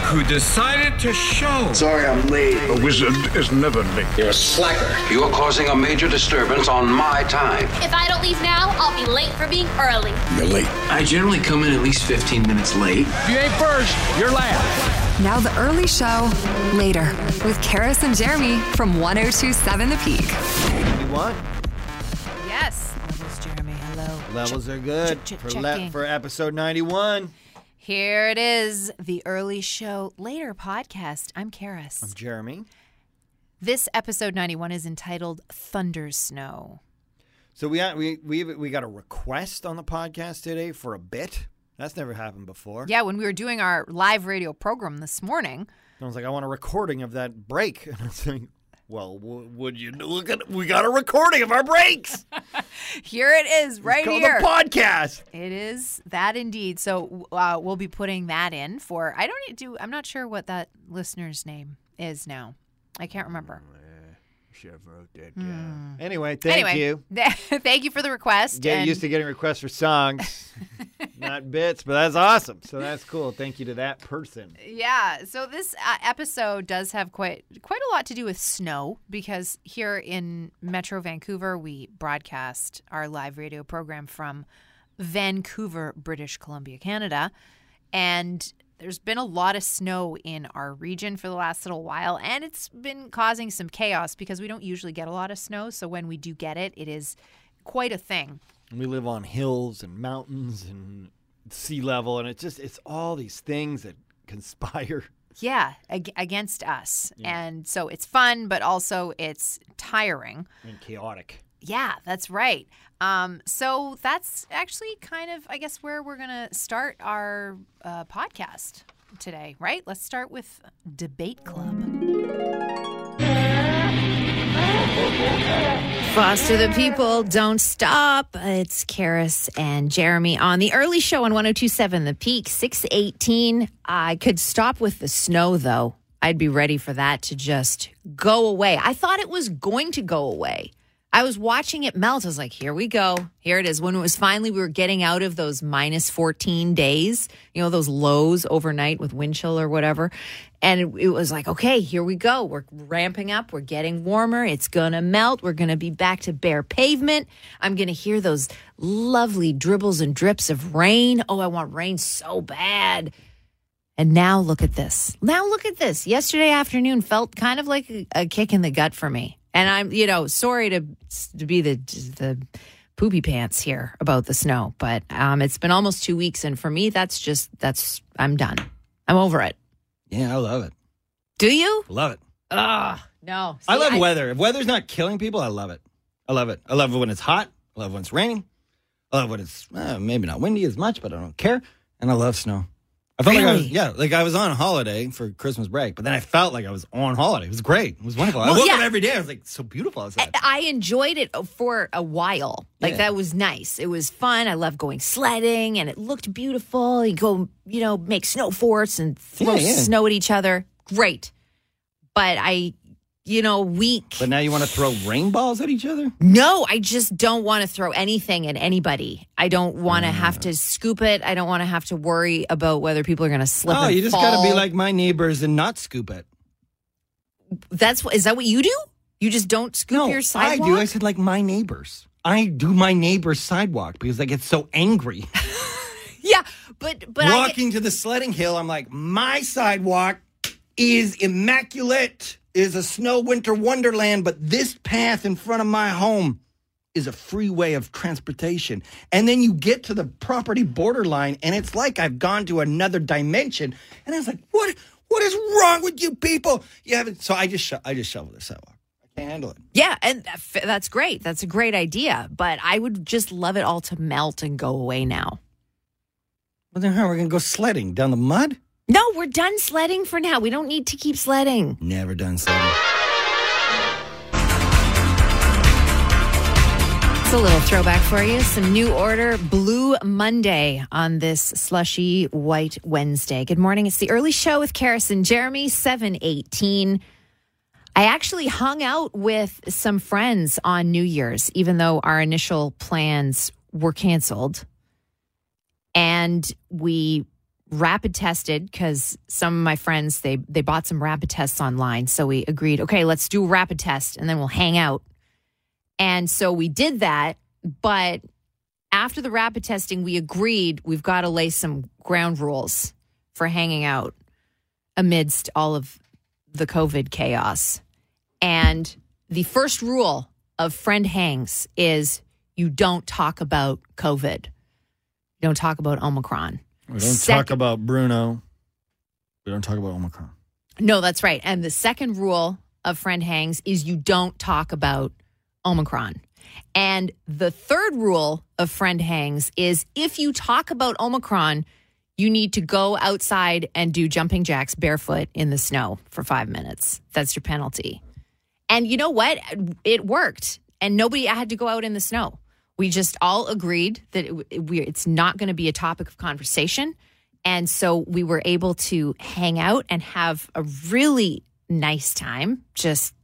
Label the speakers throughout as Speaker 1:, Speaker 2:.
Speaker 1: who decided to show.
Speaker 2: Sorry I'm late.
Speaker 3: A wizard is never late.
Speaker 4: You're a slacker.
Speaker 5: You're causing a major disturbance on my time.
Speaker 6: If I don't leave now, I'll be late for being early.
Speaker 3: You're late.
Speaker 4: I generally come in at least 15 minutes late.
Speaker 7: If you ain't first, you're last.
Speaker 8: Now the early show, later, with Karis and Jeremy from 1027 The Peak.
Speaker 9: You want?
Speaker 10: Yes.
Speaker 9: Levels, Jeremy. Hello. Levels
Speaker 10: Check-
Speaker 9: are good
Speaker 10: check- check-
Speaker 9: for, le-
Speaker 10: checking.
Speaker 9: for episode 91.
Speaker 10: Here it is, the early show later podcast. I'm Karis.
Speaker 9: I'm Jeremy.
Speaker 10: This episode 91 is entitled Thunder Snow.
Speaker 9: So we got, we we we got a request on the podcast today for a bit. That's never happened before.
Speaker 10: Yeah, when we were doing our live radio program this morning,
Speaker 9: And I was like, I want a recording of that break. And I was like, Well, w- would you? Look at, we got a recording of our breaks.
Speaker 10: here it is right
Speaker 9: Called
Speaker 10: here.
Speaker 9: the podcast.
Speaker 10: It is that indeed. So uh, we'll be putting that in for I don't e-, do I'm not sure what that listener's name is now. I can't remember.
Speaker 3: Should have wrote that down.
Speaker 9: Mm. Anyway, thank
Speaker 10: anyway,
Speaker 9: you.
Speaker 10: thank you for the request.
Speaker 9: Get
Speaker 10: and-
Speaker 9: used to getting requests for songs, not bits, but that's awesome. So that's cool. Thank you to that person.
Speaker 10: Yeah, so this uh, episode does have quite quite a lot to do with snow because here in Metro Vancouver we broadcast our live radio program from Vancouver, British Columbia, Canada, and there's been a lot of snow in our region for the last little while and it's been causing some chaos because we don't usually get a lot of snow, so when we do get it, it is quite a thing.
Speaker 9: we live on hills and mountains and sea level and it's just it's all these things that conspire
Speaker 10: Yeah, ag- against us. And so it's fun, but also it's tiring.
Speaker 9: and chaotic
Speaker 10: Yeah, that's right. Um, so that's actually kind of, I guess, where we're going to start our uh, podcast today, right? Let's start with Debate Club. Foster the people, don't stop. It's Karis and Jeremy on the early show on 1027 The Peak, 618. I could stop with the snow, though. I'd be ready for that to just go away. I thought it was going to go away. I was watching it melt. I was like, here we go. Here it is. When it was finally, we were getting out of those minus 14 days, you know, those lows overnight with wind chill or whatever. And it, it was like, okay, here we go. We're ramping up. We're getting warmer. It's going to melt. We're going to be back to bare pavement. I'm going to hear those lovely dribbles and drips of rain. Oh, I want rain so bad. And now look at this. Now look at this. Yesterday afternoon felt kind of like a, a kick in the gut for me. And I'm, you know, sorry to to be the the poopy pants here about the snow, but um, it's been almost two weeks, and for me, that's just that's I'm done. I'm over it.
Speaker 11: Yeah, I love it.
Speaker 10: Do you?
Speaker 11: Love it.
Speaker 10: Ugh, no.
Speaker 11: I
Speaker 10: See,
Speaker 11: love weather. If weather's not killing people, I love it. I love it. I love it when it's hot. I love when it's raining. I love when it's uh, maybe not windy as much, but I don't care. And I love snow. I felt like I was,
Speaker 10: Really?
Speaker 11: yeah, like I was on holiday for Christmas break, but then I felt like I was on holiday. It was great. It was wonderful. I
Speaker 10: Well,
Speaker 11: woke
Speaker 10: yeah. Eh.
Speaker 11: up every day. I was like, so beautiful outside.
Speaker 10: I enjoyed it for a while. Like
Speaker 11: Yeah.
Speaker 10: that was nice. It was fun. I love going sledding, and it looked beautiful. You go, you know, make snow forts and throw
Speaker 11: Yeah, yeah.
Speaker 10: snow at each other. Great, but I, you know, weak.
Speaker 11: But now you want to throw rain balls at each other?
Speaker 10: No, I just don't want to throw anything at anybody. I don't want
Speaker 11: Mm.
Speaker 10: to have to scoop it. I don't want to have to worry about whether people are going to slip.
Speaker 11: Oh,
Speaker 10: and
Speaker 11: you just got to be
Speaker 10: fall.
Speaker 11: like my neighbors and not scoop it.
Speaker 10: that's what is that what you do? You just don't scoop your sidewalk.
Speaker 11: I do. I said like my neighbors. I do my neighbor's sidewalk because I get so angry.
Speaker 10: yeah, but but I get-
Speaker 11: walking to the sledding hill, I'm like, my sidewalk is immaculate, is a snow winter wonderland, but this path in front of my home is a freeway of transportation. And then you get to the property borderline, and it's like I've gone to another dimension. And I was like, what? What is wrong with you people? You haven't. So I just sho- I just shovel the sidewalk. I can't handle it.
Speaker 10: yeah, and that f- that's great. That's a great idea. But I would just love it all to melt and go away now.
Speaker 11: Well, then how are we gonna go sledding down the mud?
Speaker 10: No, we're done sledding for now. We don't need to keep sledding.
Speaker 11: Never done sledding.
Speaker 10: It's a little throwback for you. Some new order Blue Monday on this slushy white Wednesday. Good morning. It's the early show with Karis and Jeremy, 718. I actually hung out with some friends on New Year's, even though our initial plans were canceled. And we rapid tested because some of my friends they they bought some rapid tests online. So we agreed, okay, let's do a rapid test and then we'll hang out. And so we did that, but after the rapid testing, we agreed we've got to lay some ground rules for hanging out amidst all of the COVID chaos. And the first rule of friend hangs is you don't talk about COVID. You don't talk about Omicron.
Speaker 11: We don't talk
Speaker 10: Second-
Speaker 11: about Bruno. We don't talk about Omicron.
Speaker 10: No, that's right. And the second rule of friend hangs is you don't talk about Omicron. And the third rule of friend hangs is if you talk about Omicron, you need to go outside and do jumping jacks barefoot in the snow for five minutes. That's your penalty. And you know what? It worked. And nobody I had to go out in the snow. We just all agreed that it, it- we, it's not going to be a topic of conversation. And so we were able to hang out and have a really nice time, just,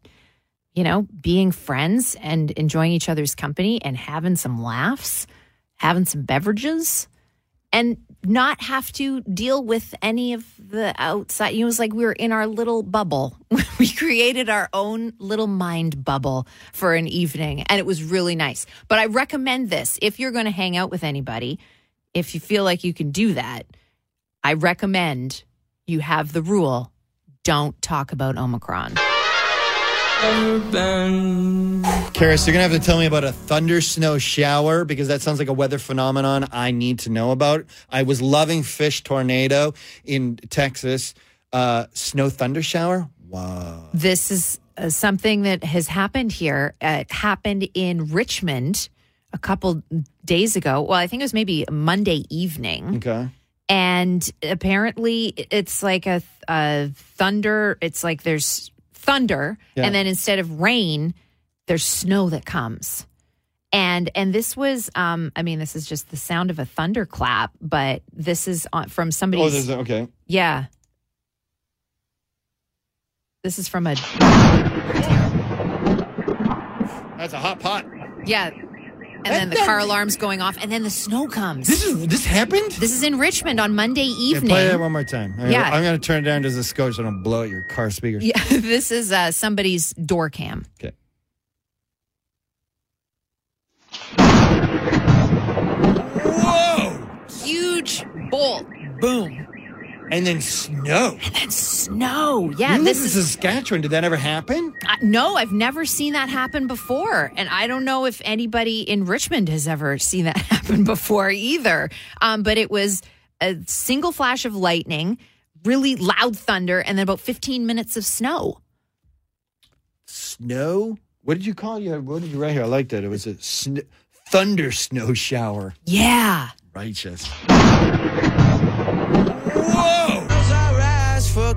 Speaker 10: you know, being friends and enjoying each other's company and having some laughs, having some beverages, and not have to deal with any of the outside. You know, it was like we were in our little bubble. we created our own little mind bubble for an evening, and it was really nice. But I recommend this if you're going to hang out with anybody, if you feel like you can do that. I recommend you have the rule don't talk about Omicron.
Speaker 11: Karis, you're gonna have to tell me about a thunder snow shower because that sounds like a weather phenomenon I need to know about. I was loving fish tornado in Texas. Uh, snow thunder shower. Wow.
Speaker 10: This is uh, something that has happened here. Uh, It happened in Richmond a couple days ago. Well, I think it was maybe Monday evening.
Speaker 11: Okay.
Speaker 10: And apparently it's like a, th- a thunder, it's like there's thunder.
Speaker 11: Yeah.
Speaker 10: And then instead of rain, there's snow that comes. and and this was um i mean this is just the sound of a thunderclap but this is on, from
Speaker 11: Oh,
Speaker 10: somebody's
Speaker 11: there's a, okay.
Speaker 10: yeah this is from a
Speaker 11: That's a hot pot.
Speaker 10: yeah and then the car alarm's going off and then the snow comes
Speaker 11: This is this happened.
Speaker 10: this is in richmond on monday
Speaker 11: Yeah,
Speaker 10: evening
Speaker 11: play that one more time. I-
Speaker 10: Yeah.
Speaker 11: I'm gonna turn it down just a scotch so I don't blow out your car speakers.
Speaker 10: yeah this is uh somebody's door cam
Speaker 11: Okay.
Speaker 10: huge bolt boom
Speaker 11: And then snow.
Speaker 10: and then snow yeah
Speaker 11: You
Speaker 10: this
Speaker 11: live in
Speaker 10: is
Speaker 11: Saskatchewan. Did that ever happen?
Speaker 10: I, no, I've never seen that happen before. And I don't know if anybody in Richmond has ever seen that happen before either. Um, but it was a single flash of lightning, really loud thunder, and then about 15 minutes of snow.
Speaker 11: Snow. What did you call you? What did you write here? I liked it. It was a sn- thunder snow shower.
Speaker 10: Yeah.
Speaker 11: righteous. Whoa!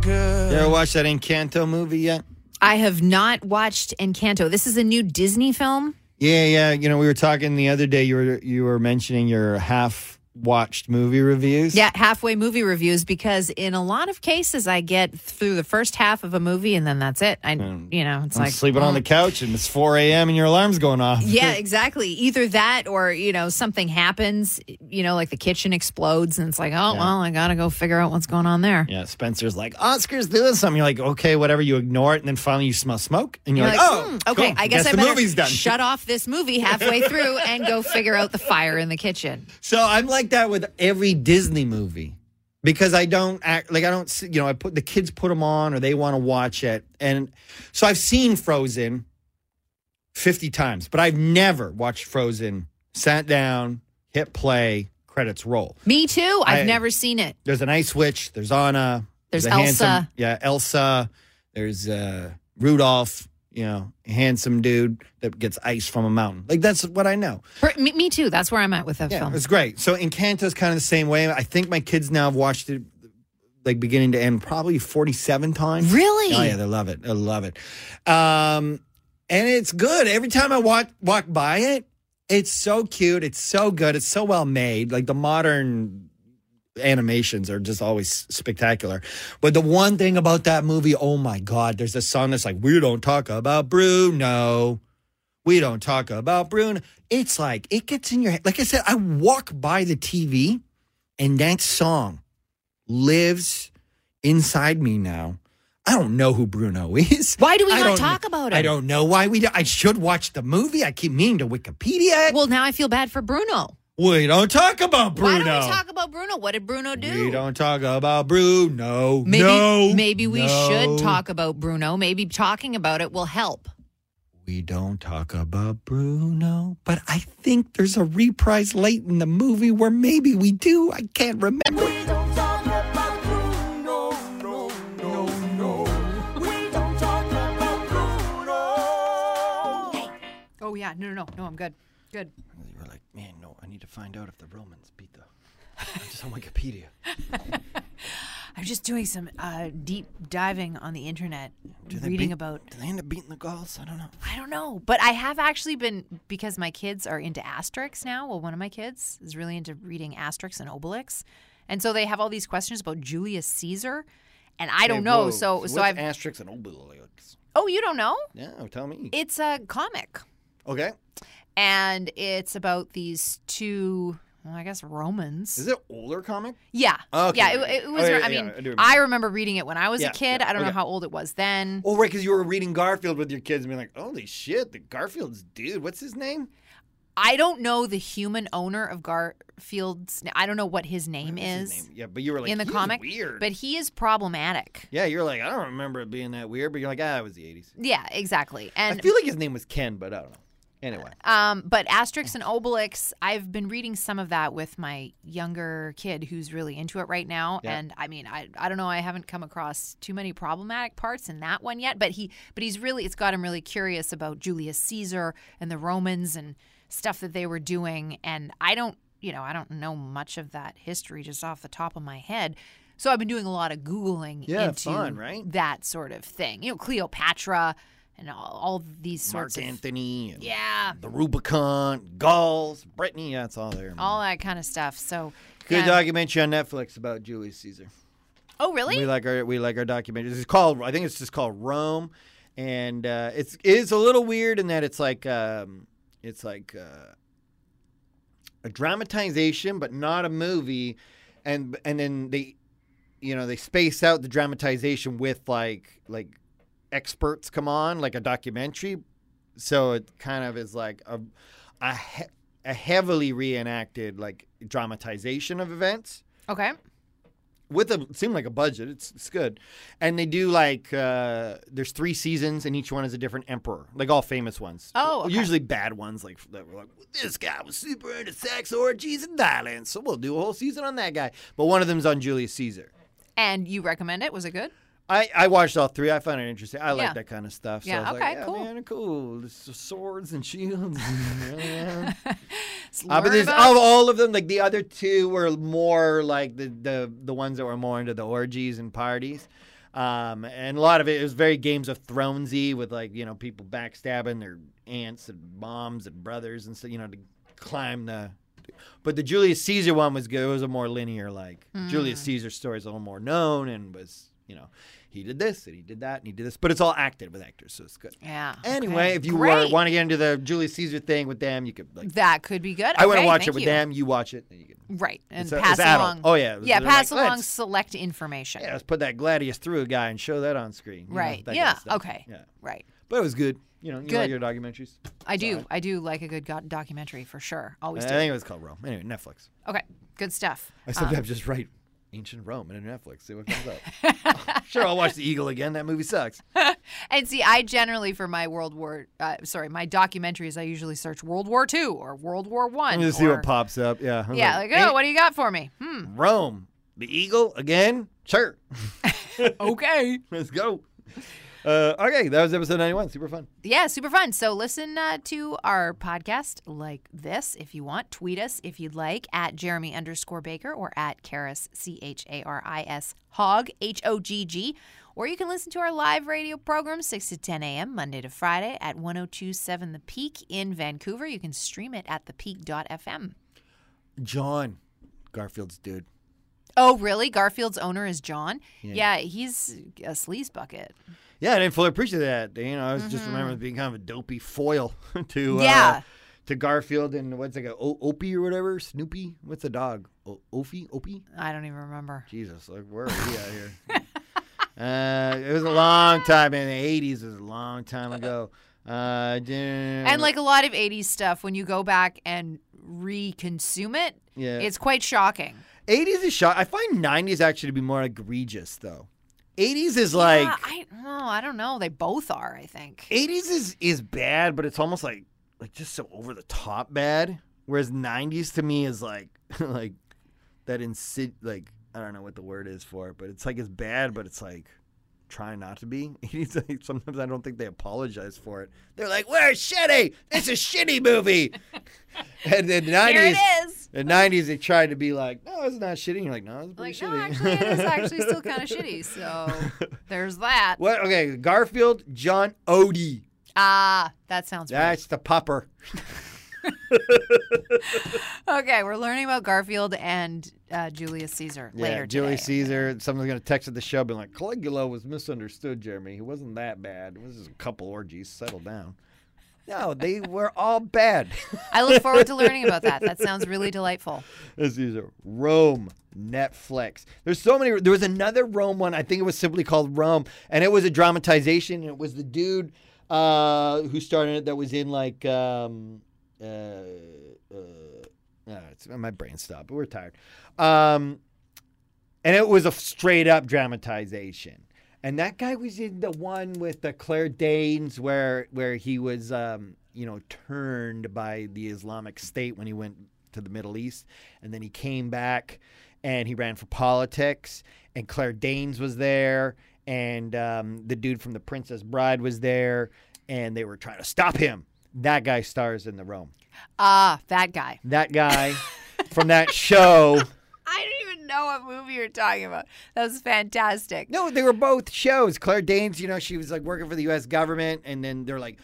Speaker 11: You ever watch that Encanto movie yet?
Speaker 10: I have not watched Encanto. This is a new Disney film.
Speaker 11: Yeah, yeah. You know, we were talking the other day. You were you were mentioning your half watched movie reviews.
Speaker 10: Yeah, halfway movie reviews because in a lot of cases I get through the first half of a movie and then that's it. I, you know, it's
Speaker 11: I'm
Speaker 10: like
Speaker 11: sleeping on
Speaker 10: oh.
Speaker 11: the couch and it's 4 a.m. and your alarm's going off.
Speaker 10: Yeah, exactly. Either that or, you know, something happens, you know, like the kitchen explodes and it's like, oh, well, I got to go figure out what's going on there.
Speaker 11: Yeah, Spencer's like, Oscar's doing something. You're like, okay, whatever. You ignore it. And then finally you smell smoke. And you're,
Speaker 10: You're
Speaker 11: like,
Speaker 10: like,
Speaker 11: oh,
Speaker 10: "Hmm, okay,
Speaker 11: cool.
Speaker 10: I guess, I
Speaker 11: the
Speaker 10: better
Speaker 11: movie's done.
Speaker 10: shut off this movie halfway through and go figure out the fire in the kitchen.
Speaker 11: So I'm like that with every Disney movie because I don't act like I don't, see- you know, I put the kids put them on or they want to watch it. And so I've seen Frozen 50 times, but I've never watched Frozen, sat down, hit play, credits roll.
Speaker 10: Me too. I've
Speaker 11: I-
Speaker 10: never seen it.
Speaker 11: There's an ice witch, there's Anna,
Speaker 10: There's
Speaker 11: a
Speaker 10: Elsa.
Speaker 11: handsome- yeah, Elsa, there's uh, Rudolph, you know, handsome dude that gets ice from a mountain. Like that's what I know.
Speaker 10: Per- Me, me too. That's where I'm at with that
Speaker 11: Yeah,
Speaker 10: film.
Speaker 11: it's great. So Encanto's kind of the same way. I think my kids now have watched it like beginning to end probably 47 times.
Speaker 10: Really?
Speaker 11: Oh yeah, they love it. They love it. Um and it's good. Every time I walk walk by it, it's so cute. It's so good. It's so well made. Like the modern animations are just always spectacular. But the one thing about that movie, oh my God, there's a song that's like, we don't talk about Bruno. We don't talk about Bruno. It's like, it gets in your head. Like I said, I walk by the TV and that song
Speaker 12: lives inside me now. I don't know who Bruno is.
Speaker 13: Why do we
Speaker 12: I
Speaker 13: not
Speaker 12: don't-
Speaker 13: talk about
Speaker 12: I
Speaker 13: him?
Speaker 12: don't know why we. Do. I should watch the movie. I keep meaning to Wikipedia it.
Speaker 13: Well, now I feel bad for Bruno.
Speaker 12: we don't talk about Bruno.
Speaker 13: Why don't we talk about Bruno? What did Bruno do?
Speaker 12: We don't talk about Bruno.
Speaker 13: Maybe
Speaker 12: no,
Speaker 13: maybe we
Speaker 12: No.
Speaker 13: should talk about Bruno. Maybe talking about it will help.
Speaker 12: We don't talk about Bruno, but I think there's a reprise late in the movie where maybe we do. I can't remember.
Speaker 13: Oh yeah, no, no, no, no. I'm good. Good.
Speaker 11: You were like, man, no, I need to find out if the Romans beat the. I'm just on Wikipedia.
Speaker 10: I'm just doing some uh, deep diving on the internet,
Speaker 11: Do they
Speaker 10: reading
Speaker 11: beat-
Speaker 10: about.
Speaker 11: Do they end up beating the Gauls? I don't know.
Speaker 10: I don't know, but I have actually been because my kids are into Asterix now. Well, one of my kids is really into reading Asterix and Obelix, and so they have all these questions about Julius Caesar, and I don't know. So, so I've.
Speaker 11: asterisks and obelix.
Speaker 10: oh, you don't know?
Speaker 11: Yeah, tell me.
Speaker 10: It's a comic.
Speaker 11: okay,
Speaker 10: and it's about these two well, I guess Romans.
Speaker 11: is it older comic?
Speaker 10: Yeah.
Speaker 11: Okay,
Speaker 10: Yeah,
Speaker 11: okay.
Speaker 10: it, it was
Speaker 11: Oh, yeah,
Speaker 10: I
Speaker 11: yeah,
Speaker 10: mean,
Speaker 11: I do remember.
Speaker 10: I, remember reading it when I was
Speaker 11: Yeah,
Speaker 10: a kid.
Speaker 11: yeah,
Speaker 10: I don't know
Speaker 11: okay.
Speaker 10: how old it was then.
Speaker 11: Oh, right, because you were reading Garfield with your kids and being like, holy shit, the Garfield's dude. What's his name?
Speaker 10: I don't know the human owner of Garfield's I don't know what his name is
Speaker 11: His name. Yeah, but you were like,
Speaker 10: in the
Speaker 11: "He was
Speaker 10: comic,
Speaker 11: weird.
Speaker 10: but he is problematic.
Speaker 11: yeah, you're like, I don't remember it being that weird, but you're like, ah, it was the 80s.
Speaker 10: Yeah, exactly. And
Speaker 11: I feel like his name was Ken, but I don't know. Anyway,
Speaker 10: Um, but Asterix and Obelix, I've been reading some of that with my younger kid who's really into it right now.
Speaker 11: Yeah.
Speaker 10: And I mean, I, I don't know, I haven't come across too many problematic parts in that one yet, but he but he's really it's got him really curious about Julius Caesar and the Romans and stuff that they were doing. And I don't you know, I don't know much of that history just off the top of my head. So I've been doing a lot of Googling
Speaker 11: Yeah,
Speaker 10: into
Speaker 11: fun, right?
Speaker 10: that sort of thing. You know, Cleopatra and all, all these sorts
Speaker 11: Mark
Speaker 10: of
Speaker 11: Anthony, and
Speaker 10: Yeah.
Speaker 11: the Rubicon, Gauls, Brittany. Yeah, it's all there. man.
Speaker 10: all that kind of stuff. So
Speaker 11: Good
Speaker 10: yeah.
Speaker 11: documentary on Netflix about Julius Caesar.
Speaker 10: Oh, really?
Speaker 11: We like our we like our documentaries. It's called I think it's just called Rome, and uh, it's it is a little weird in that it's like um, it's like uh, a dramatization, but not a movie, and and then they you know they space out the dramatization with like like experts come on like a documentary, so it kind of is like a a, he- a heavily reenacted like dramatization of events
Speaker 10: okay.
Speaker 11: with a seemed like a budget. It's, it's good, and they do like uh, there's three seasons, and each one is a different emperor, like all famous ones.
Speaker 10: Oh, okay.
Speaker 11: usually bad ones like that were like this guy was super into sex, orgies, and violence, so we'll do a whole season on that guy. But one of them's on Julius Caesar.
Speaker 10: And you recommend it? Was it good?
Speaker 11: I, I watched all three. I found it interesting. I
Speaker 10: Yeah.
Speaker 11: like that kind of stuff. So
Speaker 10: Yeah,
Speaker 11: I was
Speaker 10: okay,
Speaker 11: like, yeah,
Speaker 10: cool.
Speaker 11: Man, cool. There's swords and shields.
Speaker 10: Let's
Speaker 11: Uh, but
Speaker 10: learn
Speaker 11: there's
Speaker 10: about-
Speaker 11: of all of them, like the other two were more like the the, the ones that were more into the orgies and parties. Um, and a lot of it was very Games of Thronesy with like you know people backstabbing their aunts and moms and brothers and so you know to climb the. But the Julius Caesar one was good. It was a more linear like
Speaker 10: Mm.
Speaker 11: Julius Caesar story is a little more known and was you know he did this and he did that and he did this, but it's all acted with actors, so it's good.
Speaker 10: yeah. okay.
Speaker 11: Anyway, if you
Speaker 10: Great.
Speaker 11: want to get into the Julius Caesar thing with them, you could like
Speaker 10: that could be good.
Speaker 11: I want to
Speaker 10: Okay,
Speaker 11: watch
Speaker 10: thank
Speaker 11: it with
Speaker 10: you.
Speaker 11: them. You watch it. Then you can,
Speaker 10: right? And
Speaker 11: It's a-
Speaker 10: pass
Speaker 11: it's adult.
Speaker 10: along.
Speaker 11: Oh, yeah.
Speaker 10: yeah.
Speaker 11: They're
Speaker 10: Pass
Speaker 11: like,
Speaker 10: along
Speaker 11: let's-
Speaker 10: select information.
Speaker 11: yeah, let's put that Gladius through a guy and show that on screen. you know,
Speaker 10: right.
Speaker 11: that kind of
Speaker 10: yeah.
Speaker 11: stuff.
Speaker 10: okay.
Speaker 11: Yeah.
Speaker 10: Right.
Speaker 11: But it was good. You know, you like
Speaker 10: Good.
Speaker 11: your documentaries.
Speaker 10: I do. I do like a good go- documentary for sure.
Speaker 11: I
Speaker 10: Always do.
Speaker 11: think it was called Rome. Anyway, Netflix.
Speaker 10: Okay. Good stuff.
Speaker 11: I sometimes just write ancient Rome and Netflix. See what comes up. sure, I'll watch The Eagle again. That movie sucks.
Speaker 10: And see, I generally for my World War, uh, sorry, my documentaries, I usually search World War II or World War One.
Speaker 11: And just see what pops up. Yeah. I was
Speaker 10: Yeah. Like, oh, what do you got for me? Hmm.
Speaker 11: "Ain't Rome, The Eagle again. Sure,
Speaker 10: Okay.
Speaker 11: let's go. Uh, okay, that was episode ninety-one. Super fun.
Speaker 10: yeah, super fun. So listen uh, to our podcast like this if you want. Tweet us if you'd like at Jeremy underscore Baker or at Karis C H A R I S Hog H O G G. Or you can listen to our live radio program 6 to 10 a.m. Monday to Friday at 1027 The Peak in Vancouver. You can stream it at thepeak.fm.
Speaker 11: John, Garfield's dude.
Speaker 10: Oh, really? Garfield's owner is John? Yeah, he's a sleaze bucket.
Speaker 11: Yeah, I didn't fully appreciate that. You know, I was just remembering being kind of a dopey foil to uh,
Speaker 10: Mm-hmm. Yeah.
Speaker 11: to Garfield and what's it go? O- Opie or whatever? Snoopy? What's the dog? O- Opie? Opie?
Speaker 10: I don't even remember.
Speaker 11: Jesus, like where are we out here? Uh, it was a long time in the 80s. It was a long time ago. Uh,
Speaker 10: And like a lot of 80s stuff, when you go back and reconsume it,
Speaker 11: Yeah.
Speaker 10: it's quite shocking.
Speaker 11: 80s is shot. I find 90s actually to be more egregious though. 80s is like
Speaker 10: Yeah, I, no, I don't know. They both are, I think.
Speaker 11: 80s is is bad, but it's almost like like just so over the top bad. Whereas 90s to me is like like that insid like I don't know what the word is for it, but it's like it's bad, but it's like trying not to be. 80s like sometimes I don't think they apologize for it. They're like we're shitty. This is shitty movie. and then 90s
Speaker 10: Here it is.
Speaker 11: The 90s they tried to be like no, it's not shitty. And you're like no, it's pretty shitty.
Speaker 10: Like, no, actually, it is actually still kind of shitty. So there's that.
Speaker 11: What? Okay, Garfield, John Odie.
Speaker 10: Ah, that sounds right.
Speaker 11: That's the popper.
Speaker 10: Okay, we're learning about Garfield and uh, Julius Caesar later.
Speaker 11: yeah, Julius Caesar. Someone's gonna text at the show, being like, "Caligula was misunderstood, Jeremy. He wasn't that bad. It was just a couple orgies. Settle down." No, they were all bad.
Speaker 10: I look forward to learning about that. That sounds really delightful.
Speaker 11: This is a Rome Netflix. There's so many. There was another Rome one. I think it was simply called Rome, and it was a dramatization. And it was the dude uh, who started it that was in like. Um, uh, uh, uh, it's, my brain stopped, but we're tired. Um, and it was a straight up dramatization. And that guy was in the one with the Claire Danes, where where he was, um, you know, turned by the Islamic State when he went to the Middle East, and then he came back, and he ran for politics. And Claire Danes was there, and um, the dude from The Princess Bride was there, and they were trying to stop him. That guy stars in the Rome.
Speaker 10: Ah, that guy.
Speaker 11: That guy from that show.
Speaker 10: I don't even know what movie you're talking about. That was fantastic.
Speaker 11: No, they were both shows. Claire Danes, you know, she was like working for the U.S. government, and then they're like,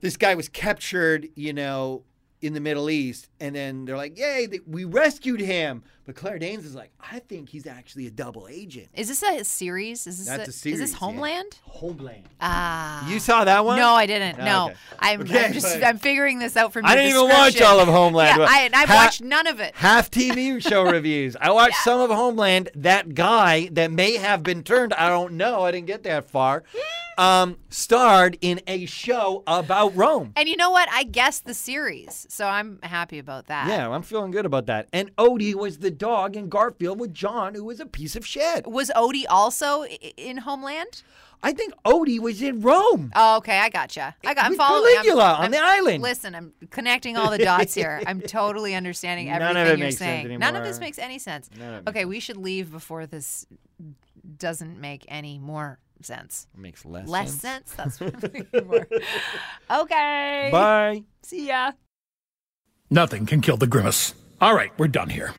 Speaker 11: this guy was captured, you know, in the Middle East, and then they're like, yay, th- we rescued him. But Claire Danes is like, I think he's actually a double agent.
Speaker 10: Is this a series? Is this
Speaker 11: That's a
Speaker 10: Is
Speaker 11: series,
Speaker 10: this
Speaker 11: yeah.
Speaker 10: Homeland?
Speaker 11: Homeland.
Speaker 10: Ah.
Speaker 11: You saw that one?
Speaker 10: No, I didn't.
Speaker 11: Oh,
Speaker 10: no,
Speaker 11: okay.
Speaker 10: I'm,
Speaker 11: Okay,
Speaker 10: I'm just
Speaker 11: but-
Speaker 10: I'm figuring this out from.
Speaker 11: I
Speaker 10: your
Speaker 11: didn't even watch
Speaker 10: description.
Speaker 11: all of Homeland.
Speaker 10: Yeah, I, and I've
Speaker 11: Ha-
Speaker 10: watched none of it.
Speaker 11: Half TV show reviews. I watched some of Homeland. That guy that may have been turned, I don't know. I didn't get that far. Um, starred in a show about Rome.
Speaker 10: And you know what? I guessed the series, so I'm happy about that.
Speaker 11: Yeah, I'm feeling good about that. And Odie was the dog in Garfield with John, who was a piece of shit.
Speaker 10: Was Odie also i- in Homeland?
Speaker 11: I think Odie was in Rome.
Speaker 10: Oh, okay, I gotcha. I got. I'm
Speaker 11: With
Speaker 10: following. I'm-
Speaker 11: Caligula on
Speaker 10: I'm-
Speaker 11: the island.
Speaker 10: Listen, I'm connecting all the dots here. I'm totally understanding
Speaker 11: None of
Speaker 10: everything
Speaker 11: it
Speaker 10: you're
Speaker 11: makes sense
Speaker 10: saying. None of
Speaker 11: anymore.
Speaker 10: this makes any sense.
Speaker 11: None of it makes
Speaker 10: okay, we should leave before this doesn't make any more sense.
Speaker 11: Makes less,
Speaker 10: Less sense. That's what I'm more. Okay.
Speaker 11: Bye.
Speaker 10: See ya.
Speaker 14: Nothing can kill the grimace. All right, we're done here.